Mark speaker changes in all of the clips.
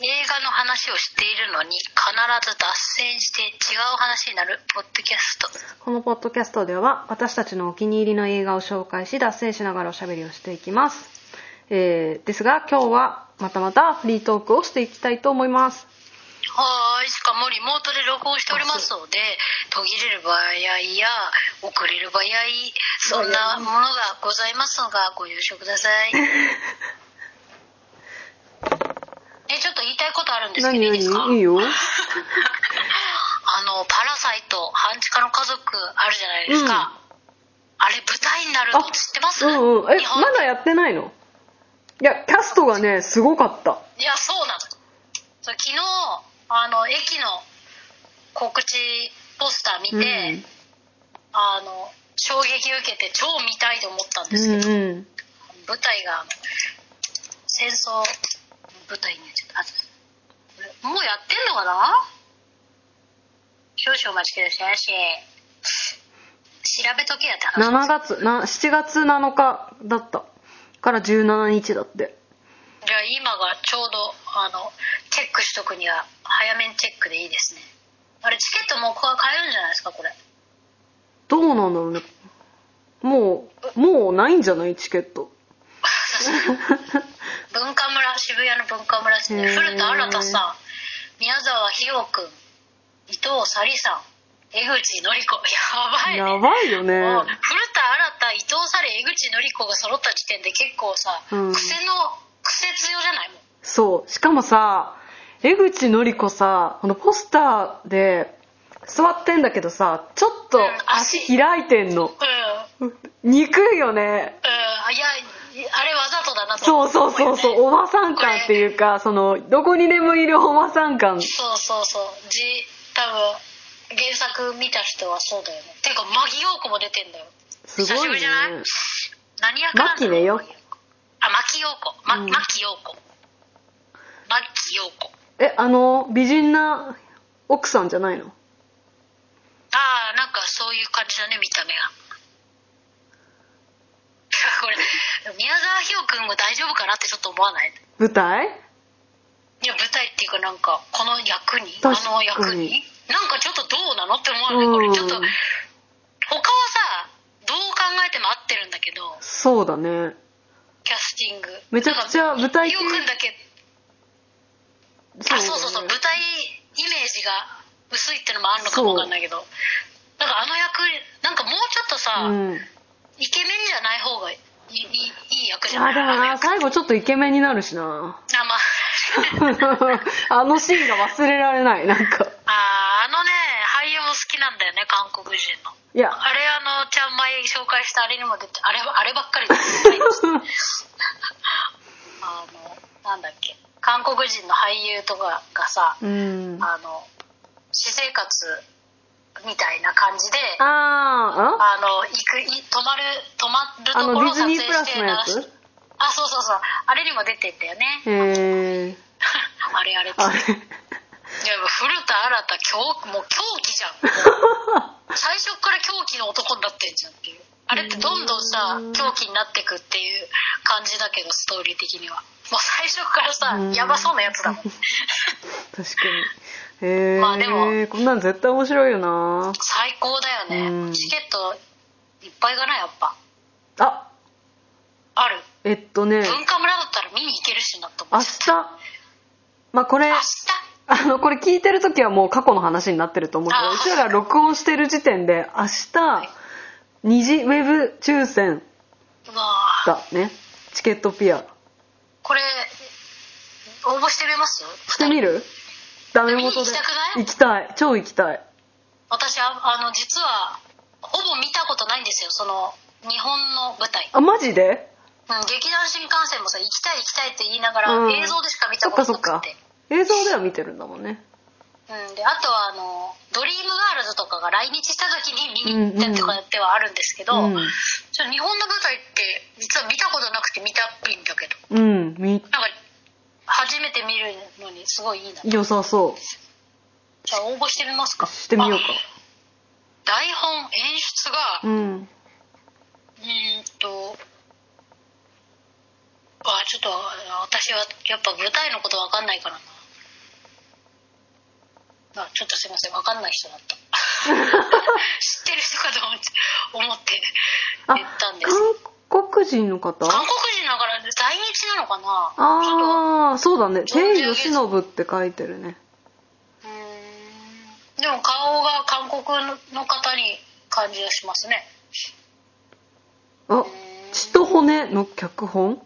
Speaker 1: 映画の話をしているのに必ず脱線して違う話になるポッドキャスト
Speaker 2: このポッドキャストでは私たちのお気に入りの映画を紹介し脱線しながらおしゃべりをしていきます、えーですが今日はまたまたフリートークをしていきたいと思います
Speaker 1: はーいしかもリモートで録音しておりますので途切れる場合や遅れる場合そんなものがございますのがご了承くださ いえちょっと言いたいことあるんですけどいいですか
Speaker 2: いいよ
Speaker 1: あの「パラサイト半地下の家族」あるじゃないですか、あれ舞台になるの知ってます
Speaker 2: うんうんえ
Speaker 1: 日本
Speaker 2: まだやってないのいやキャストがねすごかった
Speaker 1: いやそうなのそう昨日あの駅の告知ポスター見て、
Speaker 2: うん
Speaker 1: あの衝撃を受けて超見たいと思ったん
Speaker 2: う
Speaker 1: ですけど、
Speaker 2: んうん
Speaker 1: 舞台が戦争舞台になっちゃったあこれもうやってんのかな少々お待ちくださいし調べとけやって話
Speaker 2: 7月な7月7日だったから17日だって
Speaker 1: じゃあ今がちょうどあのチェックしとくには早めにチェックでいいですねあれチケットもうここは買えるんじゃないですかこれ
Speaker 2: どうなんだろうねもうもうないんじゃないチケット
Speaker 1: 文化村渋谷の文化村ですね
Speaker 2: へー
Speaker 1: 古田新太さん宮沢ひよくん伊藤沙莉さん江口のり子やばいね
Speaker 2: やばいよね
Speaker 1: もう古田新太伊藤沙莉江口のり子が揃った時点で結構さ、
Speaker 2: うん
Speaker 1: 癖の癖強じゃないもん
Speaker 2: そうしかもさ江口のり子さこのポスターで座ってんだけどさちょっと
Speaker 1: うん足
Speaker 2: 足開いてんの
Speaker 1: うん
Speaker 2: 憎いよね
Speaker 1: うん、あいやあれわざとだなと
Speaker 2: そうそうそうそうおばさん感っていうかそのどこにでもいるおばさん感
Speaker 1: そうそうそうじ多分原作見た人はそうだよねていうかマギ陽子も出てんだよ
Speaker 2: すごい
Speaker 1: 久しぶ
Speaker 2: ね
Speaker 1: りじゃない何役なんだろう
Speaker 2: 牧野よ
Speaker 1: あ牧陽子ま
Speaker 2: うん
Speaker 1: 牧陽子牧陽子
Speaker 2: えあの美人な奥さんじゃないの
Speaker 1: ああなんかそういう感じだね見た目が これ宮沢ひよくんも大丈夫かなってちょっと思わない
Speaker 2: 舞台
Speaker 1: いや舞台っていうかなんかこの役にあ
Speaker 2: 確か
Speaker 1: の
Speaker 2: に
Speaker 1: 役になんかちょっとどうなのって思わないこ
Speaker 2: う
Speaker 1: れ
Speaker 2: ん
Speaker 1: ちょっと他はさどう考えても合ってるんだけど
Speaker 2: そうだね
Speaker 1: キャスティング
Speaker 2: めちゃくちゃ舞台
Speaker 1: よ
Speaker 2: 系
Speaker 1: くんだけあそうそうそう
Speaker 2: だね
Speaker 1: 舞台イメージが薄いってのもあるのかもわかんないけどなんかあの役なんかもうちょっとさ、
Speaker 2: うん、い
Speaker 1: イケメンじゃない方がいいいいいい役じゃな
Speaker 2: や
Speaker 1: い
Speaker 2: でも
Speaker 1: あの
Speaker 2: な
Speaker 1: 役
Speaker 2: 最後ちょっとイケメンになるしな
Speaker 1: あまあ
Speaker 2: あのシーンが忘れられないなん
Speaker 1: あ
Speaker 2: か
Speaker 1: ーあのね俳優も好きなんだよね韓国人の。
Speaker 2: いや
Speaker 1: あれあのちゃん前紹介したあれにも出てあれあればっかり出てないんですあのなんだっけ韓国人の俳優とかがさ、
Speaker 2: うんあ
Speaker 1: あの私生活みたいな感じで
Speaker 2: ー
Speaker 1: あ
Speaker 2: あ
Speaker 1: の行くい泊まる泊まる
Speaker 2: あ
Speaker 1: とこ
Speaker 2: の
Speaker 1: ろ
Speaker 2: デ
Speaker 1: を
Speaker 2: ィ
Speaker 1: 撮影し
Speaker 2: ズニープラス
Speaker 1: て
Speaker 2: のや
Speaker 1: 流し
Speaker 2: つ
Speaker 1: あそうそうそうあれにも出てったよね
Speaker 2: へえ
Speaker 1: あれあれって
Speaker 2: あれ
Speaker 1: いやもう古田新太狂もう狂気じゃん 最初から狂気の男になってんじゃんっていうあれってどんどんさ
Speaker 2: うん
Speaker 1: 狂気になってくっていう感じだけどストーリー的にはもう最初からさ
Speaker 2: うん
Speaker 1: やばそうなやつだ もん
Speaker 2: 確かにへえ、
Speaker 1: まあでも
Speaker 2: こんなん絶対面白いよな
Speaker 1: 最高だよ
Speaker 2: う
Speaker 1: ね
Speaker 2: ん
Speaker 1: チケットいっぱいかなやっぱ
Speaker 2: あ
Speaker 1: ある
Speaker 2: えっとね
Speaker 1: 文化村だったら見に行けるしなと思
Speaker 2: 明
Speaker 1: っ
Speaker 2: 日
Speaker 1: ちゃった
Speaker 2: まあこれ
Speaker 1: 明日
Speaker 2: あのこれ聞いてる時はもう過去の話になってると思うけ
Speaker 1: あ
Speaker 2: どうちらが録音してる時点で明日二次ウェブ抽選
Speaker 1: うわー
Speaker 2: だねチケットピア
Speaker 1: これ応募してみます
Speaker 2: してみるダメ
Speaker 1: 見に行
Speaker 2: 元
Speaker 1: き
Speaker 2: で
Speaker 1: たくない
Speaker 2: 行きたい超行きたい
Speaker 1: 私ああの実はほぼ見たことないんですよその日本の舞台、
Speaker 2: あマジで
Speaker 1: うん、劇団新幹線もさ行きたい行きたいって言いながら、
Speaker 2: うん
Speaker 1: 映像でしか見た
Speaker 2: そっ
Speaker 1: こと
Speaker 2: かそ
Speaker 1: な
Speaker 2: っか
Speaker 1: くて
Speaker 2: 映像では見てるんだもんね
Speaker 1: うん、であとはあのドリームガールズとかが来日した時に見に行ったりとかではあるんですけど、
Speaker 2: うん
Speaker 1: ちょ日本の舞台って実は見たことなくて見たっぽいんだけど
Speaker 2: うんみ
Speaker 1: なんか初めて見るのにすごいいいなじ
Speaker 2: 良さそ
Speaker 1: ゃあ応募してみます
Speaker 2: う
Speaker 1: か
Speaker 2: してみようか
Speaker 1: あ台本演出が、
Speaker 2: うん
Speaker 1: うーんとあちょっと私はやっぱ舞台のことわかんないからなあちょっとすいません分かんない人だ った知ってる人かと思って思って
Speaker 2: あ
Speaker 1: 言ったんです
Speaker 2: 韓国人の方
Speaker 1: 韓国人だから在日なのかなちょっ
Speaker 2: ああそうだね「
Speaker 1: ちょっと
Speaker 2: 天由忍」って書いてるね
Speaker 1: とうーんでも顔が韓国の方に感じがしますね
Speaker 2: あ「血と骨」の脚本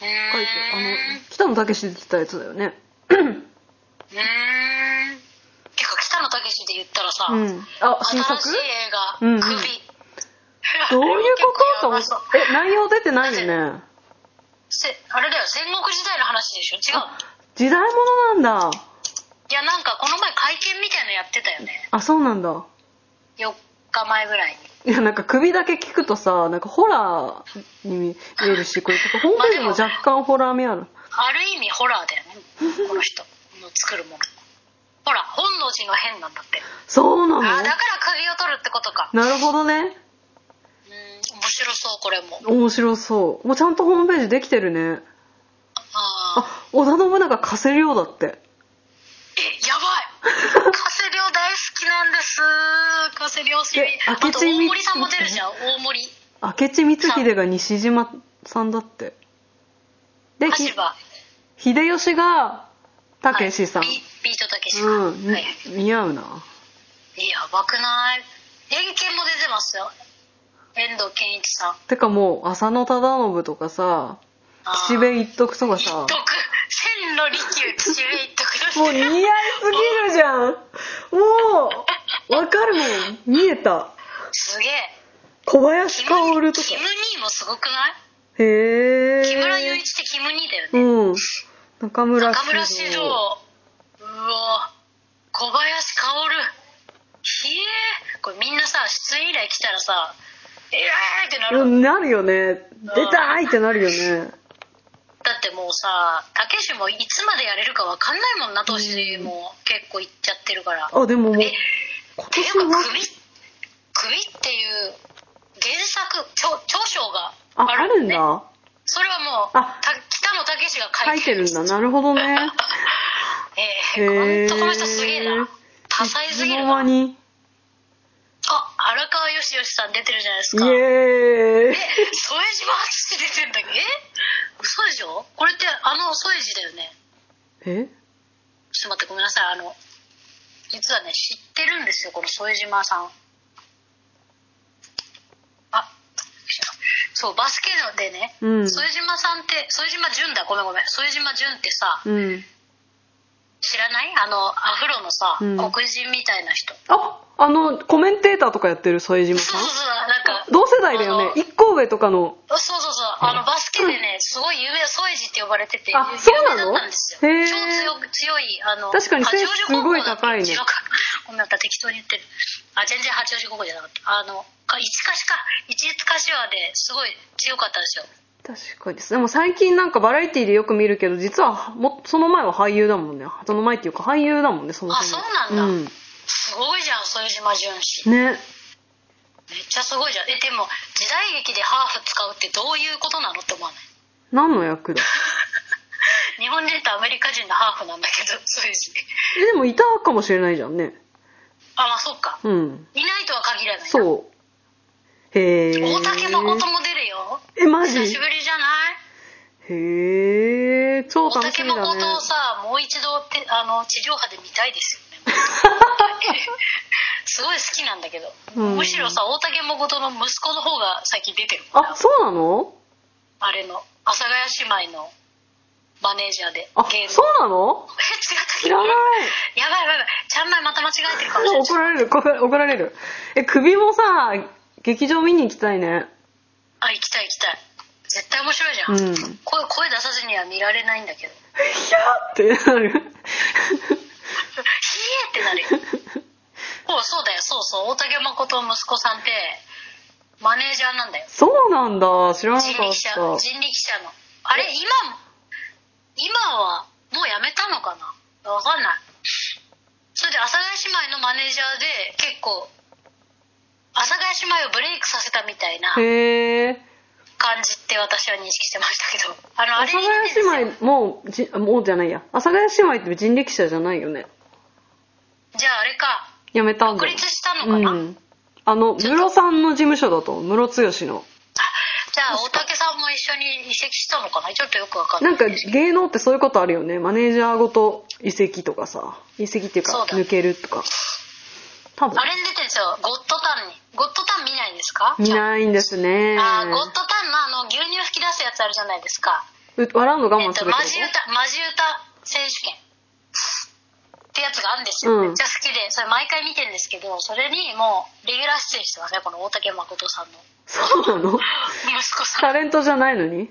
Speaker 1: 書
Speaker 2: 書いてあの北野武出てたやつだよね
Speaker 1: うーん結構北野武で言ったらさ、
Speaker 2: うんあ新作
Speaker 1: 新しい映画「
Speaker 2: うんうん
Speaker 1: クリ」
Speaker 2: どういうことと思っ
Speaker 1: 結構やばそう
Speaker 2: てえ内容出てないよね
Speaker 1: せあれだよ戦国時代の話でしょ違う
Speaker 2: 時代物なんだ
Speaker 1: いやなんかこの前会見みたいのやってたよね
Speaker 2: あそうなんだ
Speaker 1: 4日前ぐらいに
Speaker 2: いやなんか首だけ聞くとさなんかホラーに見えるしこれちょっとホームページも若干ホラー味ある
Speaker 1: ある意味ホラーだよ ねこの人の作るものほら本能寺の変なんだって
Speaker 2: そうな
Speaker 1: あ
Speaker 2: の
Speaker 1: ーだから首を取るってことか
Speaker 2: なるほどね
Speaker 1: うーん面白そうこれも
Speaker 2: 面白そうもうちゃんとホームページできてるね
Speaker 1: ああ
Speaker 2: あ織田信長加瀬亮だって
Speaker 1: えやばい加瀬亮大好きなんです加瀬亮氏
Speaker 2: で
Speaker 1: あと
Speaker 2: 明智光
Speaker 1: 大森さんも出るじゃん大森
Speaker 2: 明智光秀が西島さんだってでひ
Speaker 1: 橋場
Speaker 2: 秀吉が武志さん、
Speaker 1: はいビビートたけしさん、
Speaker 2: うん、に
Speaker 1: はい
Speaker 2: 似合うな
Speaker 1: やばくない遠見も出てますよ遠藤健一さん
Speaker 2: てかもう浅野忠信とかさ
Speaker 1: あー
Speaker 2: 岸辺一徳とか
Speaker 1: 一
Speaker 2: さ
Speaker 1: 徳千の利休岸辺一徳だし
Speaker 2: もう似合いすぎるじゃんもうわかるもん見えた
Speaker 1: すげえ
Speaker 2: 小林薫とか
Speaker 1: キム・ニーもすごくない
Speaker 2: へえ
Speaker 1: 木村雄一ってキム・ニーだよね
Speaker 2: うん中村
Speaker 1: 中村獅童うわ小林薫ひえこれみんなさ出演以来来たらさ「ええー!」ってなる、
Speaker 2: うんなるよね出たーいってなるよね
Speaker 1: だってもうさたけしもいつまでやれるかわかんないもんな年も結構いっちゃってるから
Speaker 2: あでももう
Speaker 1: え
Speaker 2: 今
Speaker 1: ていう
Speaker 2: 年
Speaker 1: か
Speaker 2: は
Speaker 1: 組組っていう原作長長所が
Speaker 2: あ
Speaker 1: あ
Speaker 2: あ
Speaker 1: る
Speaker 2: る
Speaker 1: ん
Speaker 2: ん
Speaker 1: だね
Speaker 2: だ
Speaker 1: それはもう
Speaker 2: あ
Speaker 1: た北野武が
Speaker 2: 書
Speaker 1: 書
Speaker 2: い
Speaker 1: い
Speaker 2: て
Speaker 1: てる
Speaker 2: るんだなるほ どね
Speaker 1: え
Speaker 2: へ
Speaker 1: え
Speaker 2: え
Speaker 1: ほんとこの人すげえな多彩すぎ
Speaker 2: い
Speaker 1: る
Speaker 2: つの間
Speaker 1: な
Speaker 2: に
Speaker 1: あ荒川よしよしさん出てるじゃないです
Speaker 2: イ
Speaker 1: か
Speaker 2: エーイ
Speaker 1: え添島淳って出てんだけどえ嘘でしょこれってあの添路だよねちょ
Speaker 2: え
Speaker 1: っと待ってごめんなさいあの実はね知ってるんですよこの副島さんあそうバスケでね
Speaker 2: うん
Speaker 1: 副島さんって副島淳だごめんごめん副島淳ってさ
Speaker 2: うん
Speaker 1: 知らないあのアフロのさ、
Speaker 2: うん
Speaker 1: 黒人みたいな人
Speaker 2: ああのコメンテーターとかやってる副島
Speaker 1: そ
Speaker 2: さん
Speaker 1: うそうそうなんか
Speaker 2: 同世代だよね
Speaker 1: あの
Speaker 2: 一個上とかの
Speaker 1: そうそうそうあのバスケでねすごい有名ソエジって呼ばれてて
Speaker 2: あ
Speaker 1: 有
Speaker 2: そう
Speaker 1: 名
Speaker 2: な
Speaker 1: だ
Speaker 2: の
Speaker 1: ったんですよ
Speaker 2: へー
Speaker 1: 超強く強いあの
Speaker 2: 確かに
Speaker 1: 八王子高校
Speaker 2: 背すごい高いね
Speaker 1: だったうちのかごめんなさい適当に言ってるあ全然八王子高校じゃなかったあのか一かしか一柏ですごい強かったんですよ
Speaker 2: 確かにでも最近なんかバラエティでよく見るけど実はもその前は俳優だもんねその前っていうか俳優だもんねそもそも
Speaker 1: あそうなんすごいじゃん副島淳氏
Speaker 2: うん、ね
Speaker 1: めっちゃすごいじゃんえでも時代劇でハーフ使うってどういうことなのって思わない
Speaker 2: 何の役だ
Speaker 1: 日本人とアメリカ人のハーフなんだけど 副島
Speaker 2: えでもいたかもしれないじゃんね
Speaker 1: あまあそっか
Speaker 2: うん
Speaker 1: いないとは限らないな
Speaker 2: そうへえ
Speaker 1: 大竹誠も出るよ
Speaker 2: えマジ
Speaker 1: 久しぶりじゃない
Speaker 2: へえ超
Speaker 1: 大
Speaker 2: 楽し
Speaker 1: 竹
Speaker 2: みだね
Speaker 1: 誠をさもう一度ってあの地上波で見たいです よねすごい好きなんだけど、
Speaker 2: うん
Speaker 1: むしろさ大竹誠の息子の方が最近出てるから
Speaker 2: あそうなの
Speaker 1: あれの阿佐ヶ谷姉妹のマネージャーで
Speaker 2: あ
Speaker 1: 芸能
Speaker 2: そうなの
Speaker 1: え
Speaker 2: 知
Speaker 1: 違った
Speaker 2: らない
Speaker 1: やばいやばいやばいちゃんまいまた間違えてるかもしれない
Speaker 2: 怒られるこ怒られるえ首もさ劇場見に行きたいね
Speaker 1: あ行きたい行きたい絶対面白いじゃ、
Speaker 2: うんんいやー
Speaker 1: 声声出さずには見られないんだけど
Speaker 2: ってなる
Speaker 1: ひえってなるよそうそうだよそうそう大竹誠の息子さんってマネージャーなんだよ
Speaker 2: そうなんだ知らなか
Speaker 1: 人力
Speaker 2: っ
Speaker 1: 車
Speaker 2: た
Speaker 1: 人力車のあれ今も今はもうやめたのかなわかんないそれで阿佐ヶ谷姉妹のマネージャーで結構阿佐ヶ谷姉妹をブレイクさせたみたいな
Speaker 2: へえ
Speaker 1: 感じって私は認識してましたけどあのあ
Speaker 2: 阿
Speaker 1: れ
Speaker 2: 佐ヶ谷姉妹もうじもうじゃないや阿佐ヶ谷姉妹って人力車じゃないよね
Speaker 1: じゃああれか
Speaker 2: やめたんだ
Speaker 1: 独立したのかな、
Speaker 2: うん、あの
Speaker 1: ちょっと
Speaker 2: ムロさんの事務所だとムロツヨシの
Speaker 1: じゃあ大竹さんも一緒に移籍したのかなちょっとよくわかんな
Speaker 2: ないんか
Speaker 1: ですけど
Speaker 2: 芸能ってそういうことあるよねマネージャーごと移籍とかさ移籍っていう
Speaker 1: そ
Speaker 2: か
Speaker 1: うだね
Speaker 2: 抜けるとか多分
Speaker 1: あれに出てるんですよゴッドタンにゴッドタン見ないんですか
Speaker 2: 見ないんですね
Speaker 1: あーゴッドタンのあの牛乳吹き出すやつあるじゃないですか
Speaker 2: う笑うの我
Speaker 1: え
Speaker 2: 慢
Speaker 1: っ
Speaker 2: す
Speaker 1: と
Speaker 2: るって
Speaker 1: マ
Speaker 2: こ
Speaker 1: ジ歌マジ歌選手権ってやつがあるんですよ、
Speaker 2: うん
Speaker 1: めっちゃ好きでそれ毎回見てるんですけどそれにもうレギュラー出演してますねこの大竹誠さん の
Speaker 2: とそうな の
Speaker 1: 息子さ
Speaker 2: タ
Speaker 1: ん
Speaker 2: レントじゃないのに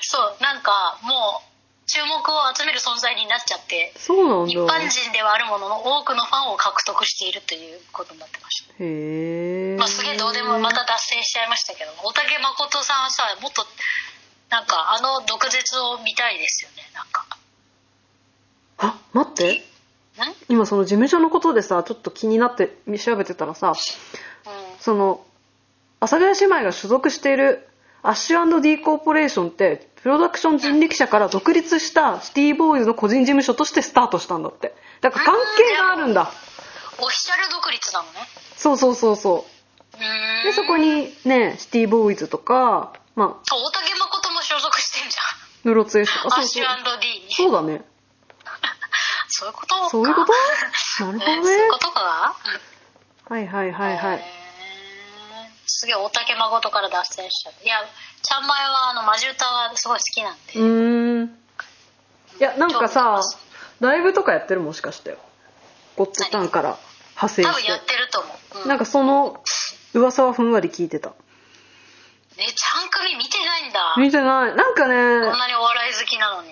Speaker 1: そうなんかもう注目を集める存在になっちゃって
Speaker 2: そうなん
Speaker 1: 一
Speaker 2: だ
Speaker 1: 般人ではあるものの多くのファンを獲得しているということになってました、
Speaker 2: へえ、
Speaker 1: まあ、すげえどうでもまた脱線しちゃいましたけど大竹誠さんはさもっとなんかあの毒舌を見たいですよねなんか
Speaker 2: あ待って
Speaker 1: ん
Speaker 2: 今その事務所のことでさちょっと気になって調べてたらさ
Speaker 1: うん
Speaker 2: その阿佐ヶ谷姉妹が所属しているアッシュ &D コーポレーションってプロダクション人力車から独立したシティボーイズの個人事務所としてスタートしたんだってだから関係があるんだ
Speaker 1: オフィシャル独立なのね
Speaker 2: そうそうそうそう
Speaker 1: うーん
Speaker 2: でそこにねシティボーイズとかまあ
Speaker 1: そう大竹誠も所属してんじゃ
Speaker 2: ムロツヨシと
Speaker 1: ん
Speaker 2: か
Speaker 1: ア
Speaker 2: そう
Speaker 1: ッシ
Speaker 2: そ
Speaker 1: ュ
Speaker 2: う
Speaker 1: &D に
Speaker 2: そうだね
Speaker 1: そういうことか
Speaker 2: そういうこ となるほど
Speaker 1: えーそう
Speaker 2: ね
Speaker 1: いうことか
Speaker 2: はいはいはいはい
Speaker 1: えーすげえ大竹誠から脱線しちゃったいやちゃんまいはあのマジ歌はすごい好きなんで、
Speaker 2: うーんいやなんか
Speaker 1: 興味あり
Speaker 2: さ
Speaker 1: ます
Speaker 2: ライブとかやってるもしかしてゴッドタンから派生
Speaker 1: 多分
Speaker 2: して
Speaker 1: やってると思う、うん
Speaker 2: なんかその噂はふんわり聞いてた
Speaker 1: ねちゃん組見てないんだ
Speaker 2: 見てないなんか
Speaker 1: こん
Speaker 2: ね
Speaker 1: なにお笑い好きなのに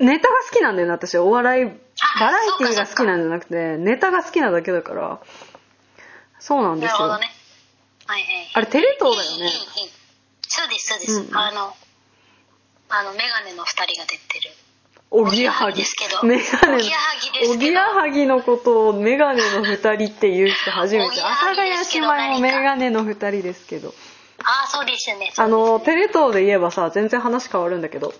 Speaker 2: ネタが好きなんだよね私お笑いバラエティーが
Speaker 1: そうか
Speaker 2: 好きなんじゃなくてネタが好きなだけだからそうなんで
Speaker 1: なる
Speaker 2: す
Speaker 1: ほ
Speaker 2: よ、
Speaker 1: どねはいはいはい
Speaker 2: あれテレ東だよ
Speaker 1: いい
Speaker 2: ね
Speaker 1: いいいいそうですそうです、
Speaker 2: うん
Speaker 1: あのあのメガネの二人が出てる
Speaker 2: おぎやはぎ
Speaker 1: ですけど
Speaker 2: メガネ
Speaker 1: おぎやはぎですけど
Speaker 2: おぎやはぎのことをメガネの二人って言う人初め
Speaker 1: お
Speaker 2: て
Speaker 1: ぎ
Speaker 2: 阿
Speaker 1: やは
Speaker 2: 佐ヶ
Speaker 1: ぎですけど
Speaker 2: 谷姉妹もメガネの二人ですけど
Speaker 1: ああそうですね
Speaker 2: あのテ
Speaker 1: レ
Speaker 2: レ東で言えばさ全然話変わるんだけど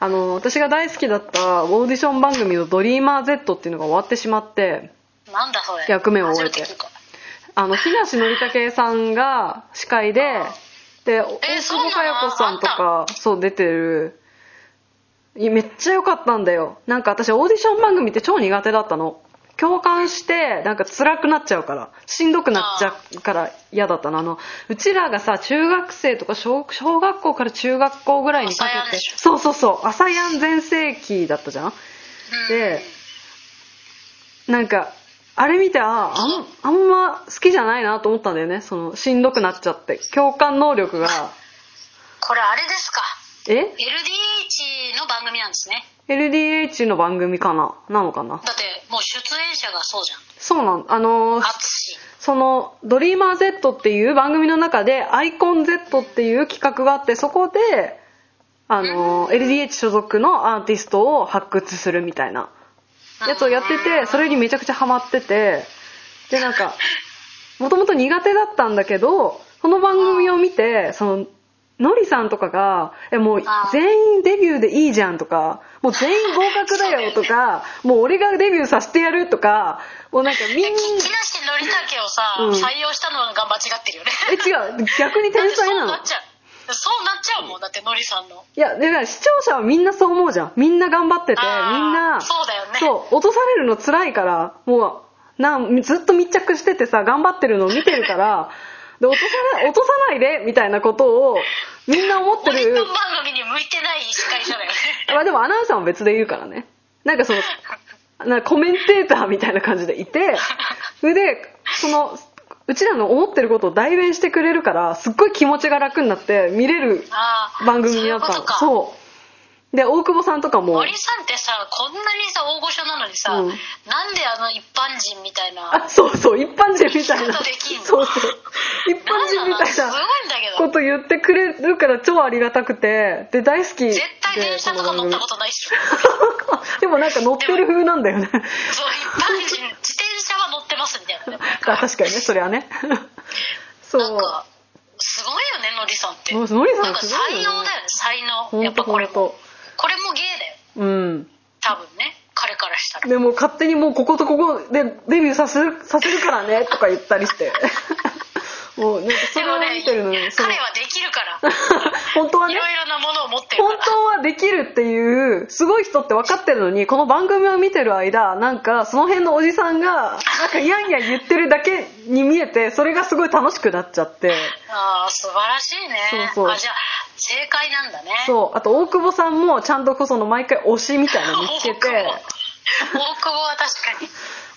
Speaker 2: あの私が大好きだったオーディション番組の「ドリーマー z っていうのが終わってしまって
Speaker 1: なんだそれ
Speaker 2: 役目を終えて
Speaker 1: 初め聞いた
Speaker 2: あの木梨憲武さんが司会でで大久
Speaker 1: そうな
Speaker 2: 保
Speaker 1: の
Speaker 2: 佳代子さんとかそう出てるいやめっちゃ良かったんだよなんか私オーディション番組って超苦手だったの共感してなんか辛くなっちゃうからしんどくなっちゃうから嫌だったのあのうちらがさ中学生とか小小学校から中学校ぐらいにか
Speaker 1: 朝やん
Speaker 2: け
Speaker 1: で
Speaker 2: て
Speaker 1: しょ
Speaker 2: そうそうそう朝やん全盛期だったじゃん
Speaker 1: うん
Speaker 2: でなんかあれ見てああんあんま好きじゃないなと思ったんだよねそのしんどくなっちゃって共感能力が
Speaker 1: これあれですか
Speaker 2: え
Speaker 1: LDH の番組なんですね
Speaker 2: LDH の番組かななのか
Speaker 1: だ
Speaker 2: な
Speaker 1: ってもう出演者がそうじゃん
Speaker 2: そうなんあのー
Speaker 1: 淳
Speaker 2: その「ドリーマー z っていう番組の中で「アイコン z っていう企画があってそこであのー LDH 所属のアーティストを発掘するみたいなやつをやっててそれにめちゃくちゃハマっててでな んかもともと苦手だったんだけどその番組を見てそののりさんとかが「えもう
Speaker 1: あー
Speaker 2: 全員デビューでいいじゃん」とか「もう全員合格だよ」とか「もう俺がデビューさせてやる」とかもうなんかみん
Speaker 1: え
Speaker 2: な
Speaker 1: き木梨憲武をさ、
Speaker 2: うん
Speaker 1: 採用したのが間違ってるよね
Speaker 2: え違う逆に天才な
Speaker 1: だ
Speaker 2: の
Speaker 1: ってそうなっちゃうそうなっちゃうもんだってのりさんの
Speaker 2: いやだから視聴者はみんなそう思うじゃんみんな頑張ってて
Speaker 1: あー
Speaker 2: みんな
Speaker 1: そうだよね
Speaker 2: そう落とされるの辛いからもうなんずっと密着しててさ頑張ってるのを見てるから で落とさない落とさないでみたいなことをみんな思って
Speaker 1: オリ
Speaker 2: る
Speaker 1: コン番組に向いてない司会者だよね
Speaker 2: まあでもアナウンサーも別でいるからねなんかそのなんかコメンテーターみたいな感じでいてそれでそのうちらの思ってることを代弁してくれるからすっごい気持ちが楽になって見れる
Speaker 1: あー
Speaker 2: 番組になった
Speaker 1: そういうこ
Speaker 2: の
Speaker 1: とか
Speaker 2: そうで大久保さんとかも
Speaker 1: 森さんってさこんなにさ大御所なのにさ、
Speaker 2: うん
Speaker 1: なんであの一般人みたいな
Speaker 2: あそうそう一般人みたい
Speaker 1: 生き
Speaker 2: な
Speaker 1: 方できんの
Speaker 2: そうそう一般人みたい
Speaker 1: んなのす
Speaker 2: な
Speaker 1: ごいんだけ
Speaker 2: こ
Speaker 1: ど
Speaker 2: と言ってくれるから超ありがたくてで大好きで
Speaker 1: 絶対電車とか乗ったことないっす
Speaker 2: でもなんか乗ってる風なんだよね
Speaker 1: そう一般人自転車は乗ってますみたいなね
Speaker 2: あ確かにねそれは ねそう
Speaker 1: なんかすごいよねのりさんって
Speaker 2: のりさ
Speaker 1: なん
Speaker 2: ん
Speaker 1: か
Speaker 2: す
Speaker 1: 才
Speaker 2: ごいよね
Speaker 1: 能だよね才能
Speaker 2: ほんと
Speaker 1: やっぱこれ
Speaker 2: ほん
Speaker 1: も
Speaker 2: と
Speaker 1: これも芸だよ
Speaker 2: うん
Speaker 1: 多分ね彼からしたら。
Speaker 2: でもう勝手にもうこことここでデビューさせるさせるからねとか言ったりして もうなんかそ
Speaker 1: で
Speaker 2: れを
Speaker 1: もね
Speaker 2: 見てるのに、その
Speaker 1: 彼はできるから。
Speaker 2: 本当はいね
Speaker 1: ろいろなものを持ってる
Speaker 2: 本
Speaker 1: から。
Speaker 2: 当はできるっていうすごい人って分かってるのにこの番組を見てる間なんかその辺のおじさんがなんかいやいや言ってるだけに見えてそれがすごい楽しくなっちゃって
Speaker 1: ああ、素晴らしいね。
Speaker 2: そうそう
Speaker 1: あ、じゃあ、正解なんだね。う。
Speaker 2: そうあと大久保さんもちゃんとこその毎回推しみたいなの見つ けて
Speaker 1: 大久保は確かに。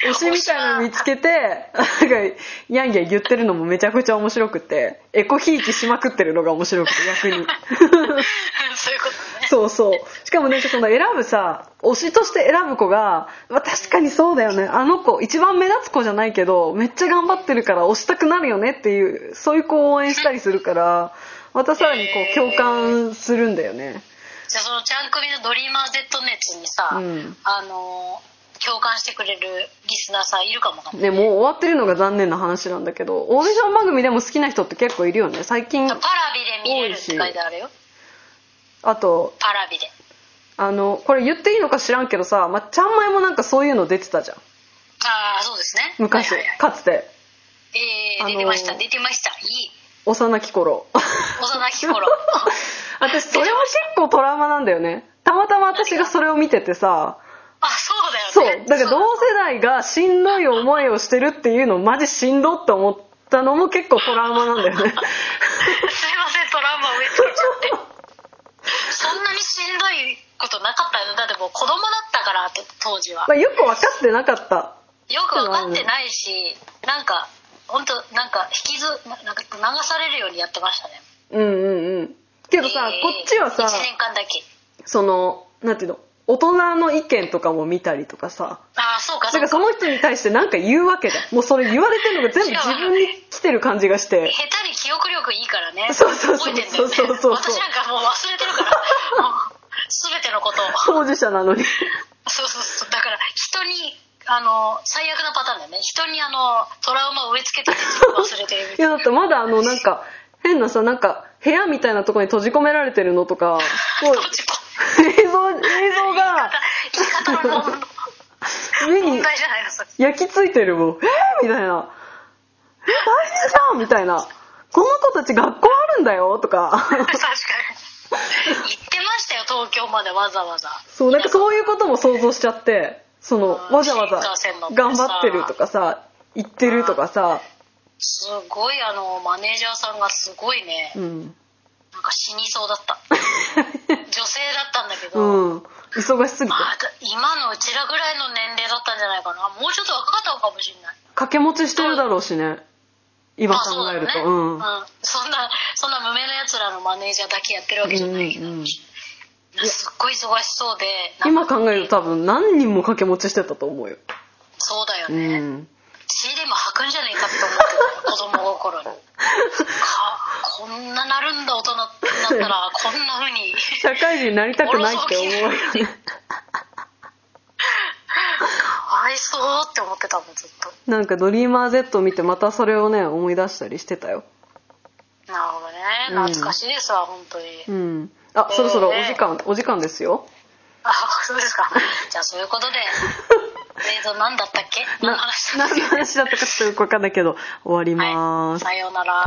Speaker 2: 推しみたいなの見つけてなんかやんやん言ってるのもめちゃくちゃ面白くてエコひいきしまくってるのが面白くて逆に
Speaker 1: そういうことね。
Speaker 2: そうそうしかもなんかその選ぶさ推しとして選ぶ子が、まあ、確かにそうだよねあの子一番目立つ子じゃないけどめっちゃ頑張ってるから推したくなるよねっていうそういう子を応援したりするからまたさらにこ
Speaker 1: へー
Speaker 2: う共感するんだよね
Speaker 1: じゃあそのちゃん組のドリーマー Z 熱にさ、
Speaker 2: うん
Speaker 1: あのー共感してくれるリスナーさんいるかもな、
Speaker 2: ねもう終わってるのが残念な話なんだけどオーディション番組でも好きな人って結構いるよね最近
Speaker 1: パラビで見れるって書いてあるよ
Speaker 2: あと
Speaker 1: パラビで
Speaker 2: あのこれ言っていいのか知らんけどさまっちゃんまいもなんかそういうの出てたじゃん
Speaker 1: ああそうですね
Speaker 2: 昔、
Speaker 1: はいはいはい
Speaker 2: かつて
Speaker 1: えー、出てました、
Speaker 2: あのー
Speaker 1: 出てましたいい
Speaker 2: 幼き頃
Speaker 1: 幼き 頃
Speaker 2: 私それも結構トラウマなんだよねたまたま私がそれを見ててさ
Speaker 1: あそ
Speaker 2: そうう
Speaker 1: だよね
Speaker 2: だから同
Speaker 1: う
Speaker 2: 世代がしんどい思いをしてるっていうのマジしんどって思ったのも結構トラウマなんだ よね
Speaker 1: すいませんトラウマ植え付けちゃって そんなにしんどいことなかったよねだってもう子供だったからって当時は
Speaker 2: まあよく分かってなかった
Speaker 1: よく分かってないしなんか本当なんか引きずななんか流されるようにやってましたね
Speaker 2: うんうんうんけどさ、
Speaker 1: えー
Speaker 2: こっちはさ
Speaker 1: 1年間だけ
Speaker 2: そのなんていうの大人の意見とかも見たりとかさ
Speaker 1: ああそうか
Speaker 2: だか
Speaker 1: そう
Speaker 2: ら
Speaker 1: か
Speaker 2: その人に対して何か言うわけだもうそれ言われてるのが全部自分に来てる感じがして
Speaker 1: 下手に記憶力いいからね
Speaker 2: そうそう
Speaker 1: 覚
Speaker 2: そう
Speaker 1: えてんだよね
Speaker 2: そうそうそうそう
Speaker 1: 私なんかもう忘れてるから もう全てのことを
Speaker 2: 当事者なのに
Speaker 1: そうそうそうだから人にあの最悪なパターンだよね人にあのトラウマを植え付けてて自分忘れてるみ
Speaker 2: い
Speaker 1: たいな
Speaker 2: やだってまだあのなんか変なさなんか部屋みたいなとこに閉じ込められてるのとか こう
Speaker 1: どっちか
Speaker 2: 映像映像が
Speaker 1: 言い方の問
Speaker 2: 目
Speaker 1: 問
Speaker 2: に
Speaker 1: 題じゃないのそ れ
Speaker 2: 焼き付いてるもんえー、みたいなえ大変じゃんみたいなこの子たち学校あるんだよとか
Speaker 1: 確かに行ってましたよ東京までわざわざ
Speaker 2: そうなんかそういうことも想像しちゃってそのわざわざ頑張ってるとかさ言ってるとかさ
Speaker 1: すごいあのマネージャーさんがすごいね
Speaker 2: うん
Speaker 1: なんか死にそうだった 女性だったんだけ
Speaker 2: う
Speaker 1: ど、
Speaker 2: ん忙しすぎ
Speaker 1: ま
Speaker 2: て
Speaker 1: あ、今のうちらぐらいの年齢だったんじゃないかなもうちょっと若かったのかもしれない
Speaker 2: 掛け持ちしてるだろうしね今
Speaker 1: まあ
Speaker 2: 考
Speaker 1: そうだ
Speaker 2: え
Speaker 1: よ
Speaker 2: る
Speaker 1: ね
Speaker 2: と
Speaker 1: うん、そんなそんな無名なやつらのマネージャーだけやってるわけじゃないけど、
Speaker 2: うんうんうん
Speaker 1: すっごい忙しそうで
Speaker 2: 今考える
Speaker 1: る
Speaker 2: と多分何人も掛け持ちしてたと思うよ
Speaker 1: そうだよ
Speaker 2: う
Speaker 1: ね、
Speaker 2: ん
Speaker 1: 血でも吐くんじゃないかって思ってた子供心にかこんななるんだ大人になったらこんな風に
Speaker 2: 社会人になりたくないって思うよ
Speaker 1: お
Speaker 2: ね
Speaker 1: ろそかにかわいそうって思ってたもんずっと
Speaker 2: なんか「ドリーマー Z」を見てまたそれをね思い出したりしてたよ
Speaker 1: なるほどね
Speaker 2: うん
Speaker 1: 懐かしいですわ、本当に
Speaker 2: うんあそろそろお時間お時間ですよ
Speaker 1: あそうですかじゃあそういう ことで映像何だったっけ何の
Speaker 2: な
Speaker 1: 話だっ
Speaker 2: 何
Speaker 1: たっけ
Speaker 2: の話だったかちょっとよくわかんないけど終わりまーす
Speaker 1: はい、さようなら